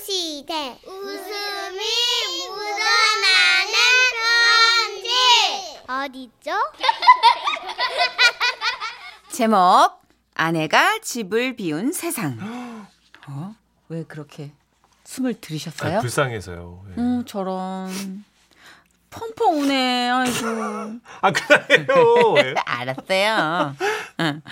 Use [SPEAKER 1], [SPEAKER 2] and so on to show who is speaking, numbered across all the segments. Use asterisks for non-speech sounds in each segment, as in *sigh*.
[SPEAKER 1] 시대 웃음이 묻어나는 편지 어디죠?
[SPEAKER 2] 제목 아내가 집을 비운 세상. 어? 왜 그렇게 숨을 들이셨어요?
[SPEAKER 3] 아, 불쌍해서요. 예.
[SPEAKER 2] 음, 저런 펑펑 우네. 아이고.
[SPEAKER 3] 아, 그래요.
[SPEAKER 2] *laughs*
[SPEAKER 3] 예.
[SPEAKER 2] 네, 알았어요. 응.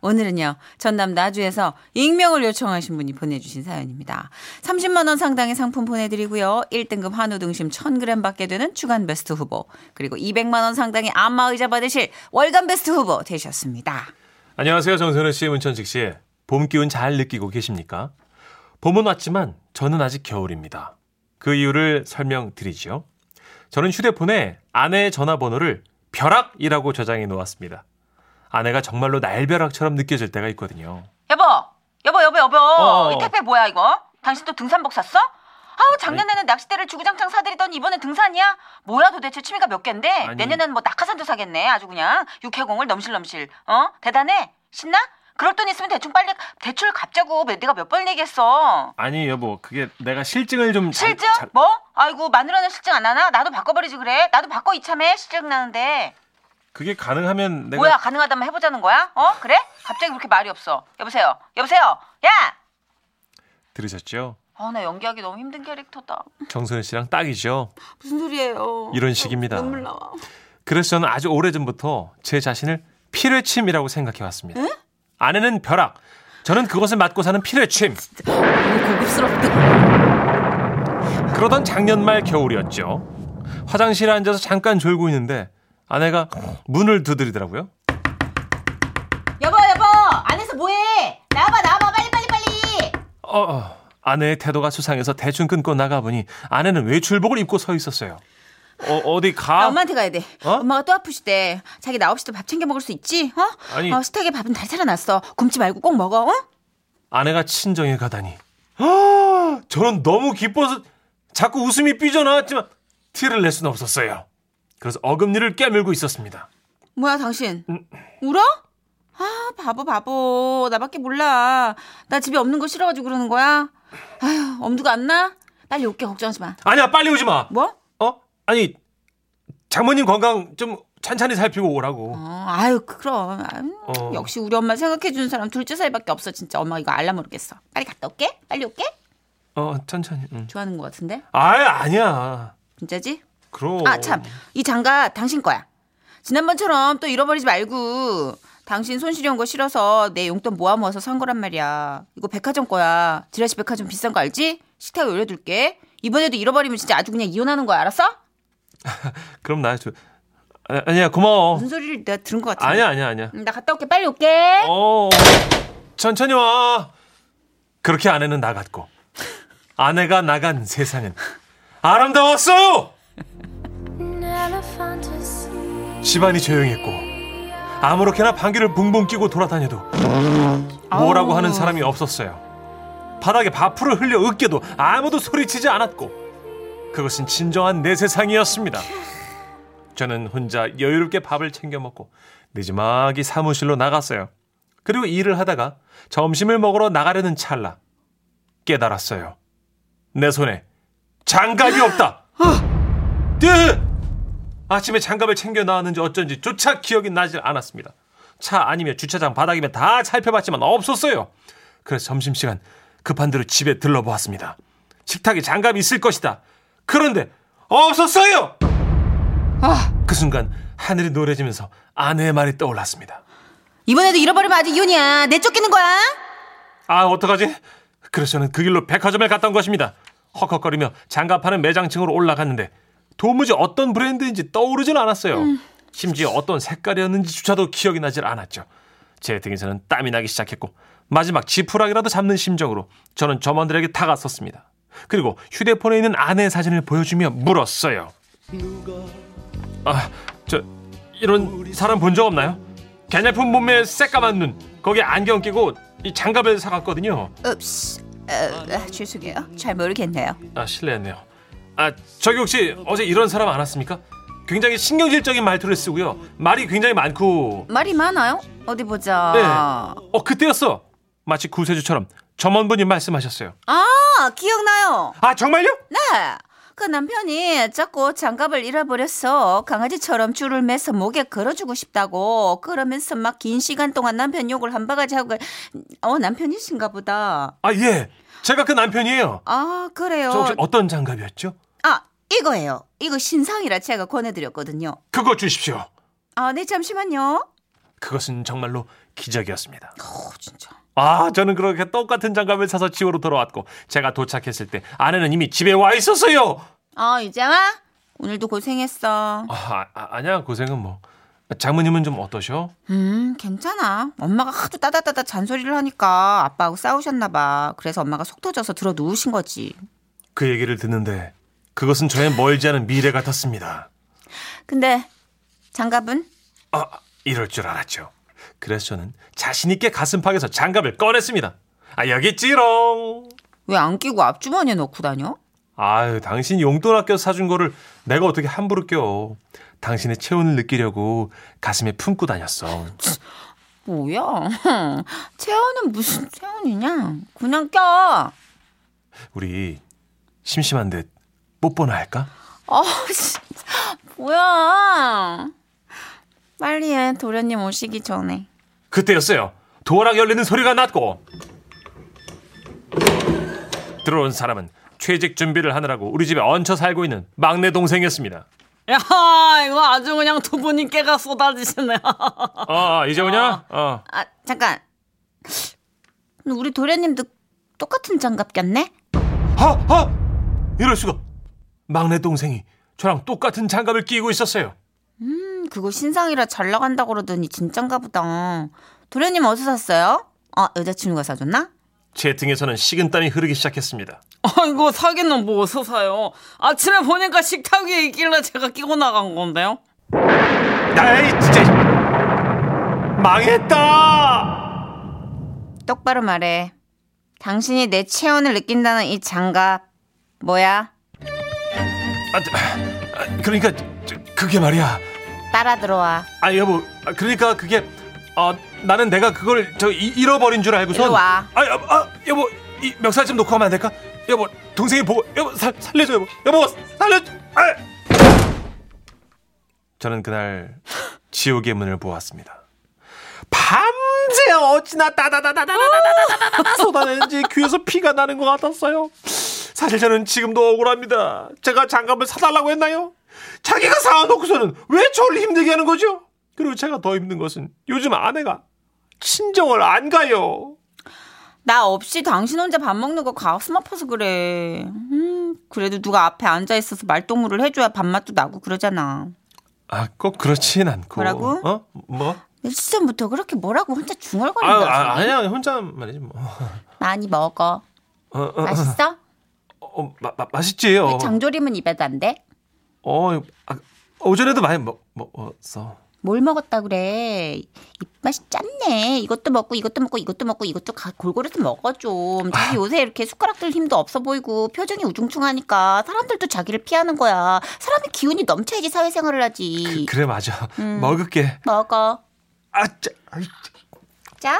[SPEAKER 2] 오늘은요. 전남 나주에서 익명을 요청하신 분이 보내주신 사연입니다. 30만 원 상당의 상품 보내드리고요. 1등급 한우 등심 1,000g 받게 되는 주간 베스트 후보 그리고 200만 원 상당의 안마 의자 받으실 월간 베스트 후보 되셨습니다.
[SPEAKER 3] 안녕하세요. 정선우 씨, 문천식 씨. 봄 기운 잘 느끼고 계십니까? 봄은 왔지만 저는 아직 겨울입니다. 그 이유를 설명드리죠. 저는 휴대폰에 아내의 전화번호를 벼락이라고 저장해 놓았습니다. 아내가 정말로 날벼락처럼 느껴질 때가 있거든요.
[SPEAKER 2] 여보, 여보, 여보, 여보.
[SPEAKER 3] 어.
[SPEAKER 2] 이 택배 뭐야 이거? 당신 또 등산복 샀어? 아우 작년에는 낚싯대를 주구장창 사드리더니 이번엔 등산이야? 뭐야 도대체 취미가 몇 갠데?
[SPEAKER 3] 아니.
[SPEAKER 2] 내년에는 뭐 낙하산도 사겠네. 아주 그냥 육해공을 넘실넘실. 어? 대단해. 신나? 그럴 돈 있으면 대충 빨리 대출 갚자고 몇- 내가 몇 번 얘기했어.
[SPEAKER 3] 아니, 여보, 그게 내가 실증을 좀. 잘-
[SPEAKER 2] 실증?
[SPEAKER 3] 잘-
[SPEAKER 2] 뭐? 아이고 마누라는 실증 안 하나? 나도 바꿔버리지 그래. 나도 바꿔 이참에 실증 나는데.
[SPEAKER 3] 그게 가능하면 내가.
[SPEAKER 2] 뭐야 가능하다면 해보자는 거야? 어? 그래? 갑자기 그렇게 말이 없어. 여보세요. 여보세요. 야!
[SPEAKER 3] 들으셨죠?
[SPEAKER 2] 아, 나 연기하기 너무 힘든 캐릭터다.
[SPEAKER 3] 정선우 씨랑 딱이죠?
[SPEAKER 2] 무슨 소리예요?
[SPEAKER 3] 이런 식입니다.
[SPEAKER 2] 어, 눈물 나와.
[SPEAKER 3] 그래서 저는 아주 오래전부터 제 자신을 피뢰침이라고 생각해왔습니다. 아내는 벼락, 저는 그것을 맞고 사는 피뢰침.
[SPEAKER 2] 고급스럽다.
[SPEAKER 3] 그러던 작년 말 겨울이었죠. 화장실에 앉아서 잠깐 졸고 있는데 아내가 문을 두드리더라고요.
[SPEAKER 2] 여보, 여보, 안에서 뭐해? 나와봐, 나와봐, 빨리, 빨리, 빨리.
[SPEAKER 3] 어, 어, 아내의 태도가 수상해서 대충 끊고 나가보니 아내는 외출복을 입고 서 있었어요. 어, 어디
[SPEAKER 2] 나
[SPEAKER 3] 가?
[SPEAKER 2] 엄마한테 가야 돼.
[SPEAKER 3] 어?
[SPEAKER 2] 엄마가 또 아프시대. 자기 나 없이도 밥 챙겨 먹을 수 있지? 어?
[SPEAKER 3] 아니.
[SPEAKER 2] 어, 스택에 밥은 다 살아났어. 굶지 말고 꼭 먹어. 어?
[SPEAKER 3] 아내가 친정에 가다니. 아, 저는 너무 기뻐서 자꾸 웃음이 삐져나왔지만 티를 낼 수는 없었어요. 그래서 어금니를 깨물고 있었습니다.
[SPEAKER 2] 뭐야, 당신?
[SPEAKER 3] 음.
[SPEAKER 2] 울어? 아, 바보, 바보. 나밖에 몰라. 나 집에 없는 거 싫어가지고 그러는 거야. 아휴, 엄두가 안 나? 빨리 올게, 걱정하지 마.
[SPEAKER 3] 아니야, 빨리 오지 마.
[SPEAKER 2] 뭐?
[SPEAKER 3] 어? 아니, 장모님 건강 좀 찬찬히 살피고 오라고.
[SPEAKER 2] 어, 아유 그럼 아유,
[SPEAKER 3] 어.
[SPEAKER 2] 역시 우리 엄마 생각해 주는 사람 둘째 사이밖에 없어 진짜 엄마 이거 알라 모르겠어 빨리 갔다 올게 빨리 올게
[SPEAKER 3] 어, 천천히. 응.
[SPEAKER 2] 좋아하는 것 같은데
[SPEAKER 3] 아이, 아니야.
[SPEAKER 2] 진짜지
[SPEAKER 3] 그럼.
[SPEAKER 2] 아 참 이 장갑 당신 거야 지난번처럼 또 잃어버리지 말고 당신 손실이 온 거 싫어서 내 용돈 모아 모아서 산 거란 말이야 이거 백화점 거야 지라시 백화점 비싼 거 알지 식탁에 올려둘게 이번에도 잃어버리면 진짜 아주 그냥 이혼하는 거야 알았어
[SPEAKER 3] 그럼 나 좀. 아, 아니야, 고마워.
[SPEAKER 2] 무슨 소리를 내가 들은 것 같아
[SPEAKER 3] 아니야, 아니야, 아니야.
[SPEAKER 2] 나 갔다 올게 빨리 올게
[SPEAKER 3] 어, 천천히 와. 그렇게 아내는 나갔고, 아내가 나간 세상은 아름다웠어요! 집안이 조용했고, 아무렇게나 방귀를 붕붕 끼고 돌아다녀도 뭐라고
[SPEAKER 2] 아우.
[SPEAKER 3] 하는 사람이 없었어요. 바닥에 밥풀을 흘려 으깨도 아무도 소리치지 않았고, 그것은 진정한 내 세상이었습니다. 저는 혼자 여유롭게 밥을 챙겨 먹고 늦지막이 사무실로 나갔어요. 그리고 일을 하다가 점심을 먹으러 나가려는 찰나 깨달았어요. 내 손에 장갑이 없다. 뜨! 아침에 장갑을 챙겨 나왔는지 어쩐지 조차 기억이 나질 않았습니다. 차 아니면 주차장 바닥이면 다 살펴봤지만 없었어요. 그래서 점심시간 급한 대로 집에 들러보았습니다. 식탁에 장갑이 있을 것이다. 그런데 없었어요. 그 순간 하늘이 노래지면서 아내의 말이 떠올랐습니다.
[SPEAKER 2] 이번에도 잃어버리면 아주 이혼이야 내 쫓기는 거야
[SPEAKER 3] 아 어떡하지? 그래서 저는 그 길로 백화점에 갔던 것입니다. 헉헉거리며 장갑하는 매장층으로 올라갔는데 도무지 어떤 브랜드인지 떠오르진 않았어요. 심지어 어떤 색깔이었는지조차도 기억이 나질 않았죠. 제 등에서는 땀이 나기 시작했고 마지막 지푸라기라도 잡는 심정으로 저는 점원들에게 다가섰습니다. 그리고 휴대폰에 있는 아내의 사진을 보여주며 물었어요. 아, 저 이런 사람 본 적 없나요? 개념품 몸매에 새까만 눈, 거기에 안경 끼고 이 장갑을 사갔거든요.
[SPEAKER 2] 읍스 어, 아, 죄송해요 잘 모르겠네요
[SPEAKER 3] 아 실례했네요. 아 저기 혹시 어제 이런 사람 안 왔습니까? 굉장히 신경질적인 말투를 쓰고요. 말이 굉장히 많고.
[SPEAKER 2] 말이 많아요 어디 보자
[SPEAKER 3] 네. 어 그때였어. 마치 구세주처럼 점원분이 말씀하셨어요.
[SPEAKER 2] 아, 기억나요.
[SPEAKER 3] 아 정말요?
[SPEAKER 2] 네. 그 남편이 자꾸 장갑을 잃어버렸어. 강아지처럼 줄을 매서 목에 걸어주고 싶다고. 그러면서 막 긴 시간 동안 남편 욕을 한 바가지 하고. 어, 남편이신가 보다.
[SPEAKER 3] 아 예. 제가 그 남편이에요.
[SPEAKER 2] 아, 그래요.
[SPEAKER 3] 저 혹시 어떤 장갑이었죠?
[SPEAKER 2] 아, 이거예요. 이거 신상이라 제가 권해드렸거든요.
[SPEAKER 3] 그거 주십시오.
[SPEAKER 2] 아, 네, 잠시만요.
[SPEAKER 3] 그것은 정말로 기적이었습니다.
[SPEAKER 2] 어, 진짜.
[SPEAKER 3] 아, 저는 그렇게 똑같은 장갑을 사서 집으로 돌아왔고 제가 도착했을 때 아내는 이미 집에 와 있었어요.
[SPEAKER 2] 어, 유정아. 오늘도 고생했어.
[SPEAKER 3] 아, 아, 아니야 고생은 뭐. 장모님은 좀 어떠셔?
[SPEAKER 2] 음, 괜찮아. 엄마가 하도 따다따다 잔소리를 하니까 아빠하고 싸우셨나봐. 그래서 엄마가 속 터져서 들어 누우신 거지.
[SPEAKER 3] 그 얘기를 듣는데 그것은 저의 멀지 않은 미래 같았습니다.
[SPEAKER 2] 근데 장갑은?
[SPEAKER 3] 아, 이럴 줄 알았죠. 그래서 저는 자신 있게 가슴팍에서 장갑을 꺼냈습니다. 아, 여기 찌롱.
[SPEAKER 2] 왜 안 끼고 앞주머니에 넣고 다녀?
[SPEAKER 3] 아유, 당신 용돈 아껴 사준 거를 내가 어떻게 함부로 껴. 당신의 체온을 느끼려고 가슴에 품고 다녔어.
[SPEAKER 2] 뭐야? *laughs* 체온은 무슨 체온이냐? 그냥 껴. 아,
[SPEAKER 3] 우리 심심한 듯 뽀뽀나 할까?
[SPEAKER 2] 아, 진짜. 뭐야? 빨리 해. 도련님 오시기 전에.
[SPEAKER 3] 그때였어요. 도어락 열리는 소리가 났고 들어온 사람은 취직 준비를 하느라고 우리 집에 얹혀 살고 있는 막내 동생이었습니다.
[SPEAKER 4] 야, 이거 아주 그냥 두부님께가 쏟아지시네.
[SPEAKER 3] 아 이제 오냐? 어.
[SPEAKER 2] 아, 잠깐. 근데 우리 도련님도 똑같은 장갑 꼈네?
[SPEAKER 3] 하! 하! 이럴 수가! 막내 동생이 저랑 똑같은 장갑을 끼고 있었어요.
[SPEAKER 2] 음, 그거 신상이라 잘 나간다 그러더니 진짠가 보다. 도련님 어디서 샀어요? 어, 여자친구가 사줬나?
[SPEAKER 3] 제 등에서는 식은땀이 흐르기 시작했습니다.
[SPEAKER 4] 아이고, 사기는 뭐 어디서 사요? 아침에 보니까 식탁 위에 있길래 제가 끼고 나간 건데요.
[SPEAKER 3] 나이 진짜 망했다! 아,
[SPEAKER 2] 똑바로 말해. 당신이 내 체온을 느낀다는 이 장갑 뭐야?
[SPEAKER 3] 아, 저, 아, 그러니까 저, 그게 말이야.
[SPEAKER 2] 따라 들어와.
[SPEAKER 3] 아 여보 아, 그러니까 그게 아 나는 내가 그걸 저 이- 잃어버린 줄 알고선
[SPEAKER 2] 이리 와.
[SPEAKER 3] 아, 여보, 아 여보 이 멱살 좀 놓고 하면 안 될까 여보 동생이 보고 여보 살, 살려줘 여보 여보 살려줘 아! 저는 그날 지옥의 문을 보았습니다 밤새 어찌나 따다다다다다다다다다다 쏟아내는지 귀에서 피가 나는 것 같았어요 사실 저는 지금도 억울합니다 제가 장갑을 사달라고 했나요? 자기가 사와놓고서는 왜 저를 힘들게 하는 거죠? 그리고 제가 더 힘든 것은 요즘 아내가 친정을 안 가요.
[SPEAKER 2] 나 없이 당신 혼자 밥 먹는 거 가슴 아파서 그래. 음, 그래도 누가 앞에 앉아 있어서 말동무를 해줘야 밥맛도 나고 그러잖아.
[SPEAKER 3] 아, 꼭 그렇진 않고.
[SPEAKER 2] 뭐라고?
[SPEAKER 3] 어? 뭐?
[SPEAKER 2] 며칠 전부터 그렇게 뭐라고 혼자
[SPEAKER 3] 아,
[SPEAKER 2] 중얼거린다.
[SPEAKER 3] 아, 아니야. 혼자 말이지 뭐.
[SPEAKER 2] 많이 먹어.
[SPEAKER 3] 어, 어,
[SPEAKER 2] 맛있어?
[SPEAKER 3] 어, *laughs* 어, 마, 마, 맛있지요.
[SPEAKER 2] 왜 장조림은 입에도 안 돼?
[SPEAKER 3] 어, 아, 오전에도 많이 먹, 먹었어.
[SPEAKER 2] 뭘 먹었다 그래? 입맛이 짠네. 이것도 먹고 이것도 먹고 이것도 먹고 이것도 가- 골고루 좀 먹어 좀.
[SPEAKER 3] 아.
[SPEAKER 2] 자기 요새 이렇게 숟가락들 힘도 없어 보이고 표정이 우중충하니까 사람들도 자기를 피하는 거야. 사람이 기운이 넘쳐야지 사회생활을 하지.
[SPEAKER 3] 그, 그래 맞아.
[SPEAKER 2] 음.
[SPEAKER 3] 먹을게.
[SPEAKER 2] 먹어.
[SPEAKER 3] 아, 짜, 아이,
[SPEAKER 4] *laughs*
[SPEAKER 2] 자.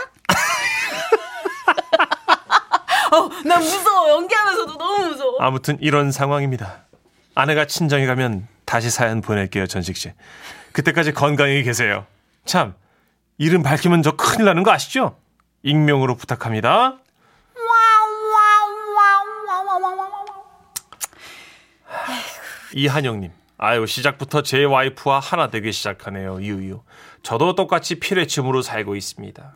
[SPEAKER 4] 어, 나 무서워. 연기하면서도 너무 무서워.
[SPEAKER 3] 아무튼 이런 상황입니다. 아내가 친정에 가면 다시 사연 보낼게요, 전식 씨. 그때까지 건강히 계세요. 참, 이름 밝히면 저 큰일 나는 거 아시죠? 익명으로 부탁합니다. 이한영님, 아유 시작부터 제 와이프와 하나 되기 시작하네요. 유유. 저도 똑같이 피뢰침으로 살고 있습니다.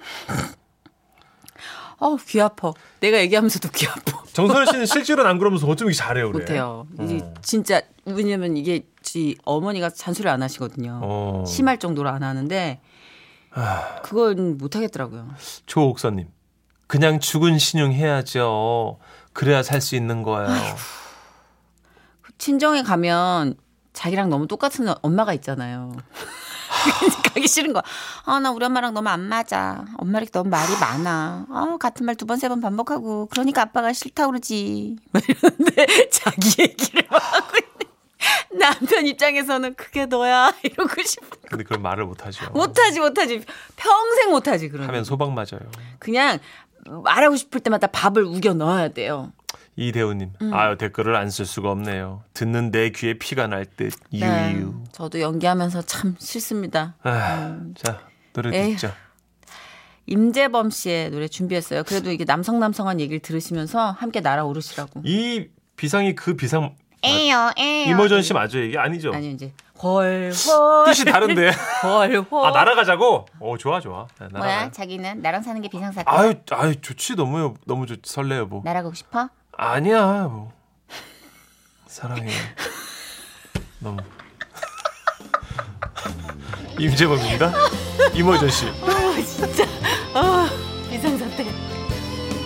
[SPEAKER 4] 어우, 귀 아파. 내가 얘기하면서도 귀 아파.
[SPEAKER 3] 정선우
[SPEAKER 4] *laughs*
[SPEAKER 3] 씨는 실제로는 안 그러면서 어쩜 이렇게 잘해요, 그래? 어.
[SPEAKER 4] 못해요. 이게 진짜, 왜냐면 이게 지 어머니가 잔소리를 안 하시거든요.
[SPEAKER 3] 어. 아.
[SPEAKER 4] 심할 정도로 안 하는데, 그건 못하겠더라고요.
[SPEAKER 3] 조옥선님, 그냥 죽은 신용 해야죠. 그래야 살 수 있는 거예요.
[SPEAKER 4] 친정에 가면 자기랑 너무 똑같은 엄마가
[SPEAKER 2] *laughs*
[SPEAKER 4] 있잖아요. 그러니까 가기 싫은 거야.
[SPEAKER 2] 아, 나 우리 엄마랑 너무 안 맞아. 엄마랑 이렇게 너무 말이 많아. 아, 같은 말 두 번, 세 번 반복하고. 그러니까 아빠가 싫다 그러지.
[SPEAKER 4] 막
[SPEAKER 2] *laughs*
[SPEAKER 4] 이러는데 자기 얘기를 막 하고 있는 남편 입장에서는 그게 너야 이러고 싶어.
[SPEAKER 3] 근데 그걸 말을 못 하죠.
[SPEAKER 4] 못하지 못하지 평생 못하지 그런.
[SPEAKER 3] 하면 소방 맞아요.
[SPEAKER 4] 그냥
[SPEAKER 2] 말하고 싶을 때마다 밥을 우겨 넣어야 돼요.
[SPEAKER 3] 이대호님, 아유 댓글을 안 쓸 수가 없네요. 듣는 내 귀에 피가 날 듯.
[SPEAKER 2] 네.
[SPEAKER 3] 유유.
[SPEAKER 2] 저도 연기하면서 참 싫습니다.
[SPEAKER 3] 아, 자 노래
[SPEAKER 2] 에휴.
[SPEAKER 3] 듣죠.
[SPEAKER 2] 임재범 씨의 노래 준비했어요. 그래도 이게 남성남성한 얘기를 들으시면서 함께 날아오르시라고.
[SPEAKER 3] 이 비상이 그 비상
[SPEAKER 5] 에요 에요.
[SPEAKER 3] 이머전시 맞죠 이게 아니죠?
[SPEAKER 2] 아니 이제 헐헐
[SPEAKER 3] 뜻이 다른데.
[SPEAKER 2] 헐헐.
[SPEAKER 3] 아 날아가자고. 오 좋아 좋아. 네, 날아가요.
[SPEAKER 5] 뭐야? 자기는 나랑 사는 게 비상사건.
[SPEAKER 3] 아유 아유 좋지 너무 너무 좋 설레요
[SPEAKER 2] 네.
[SPEAKER 3] 뭐.
[SPEAKER 5] 날아가고 싶어?
[SPEAKER 3] 아니야 뭐 사랑해 너무 *laughs* 임재범입니다 이모전 씨
[SPEAKER 2] 비상사태.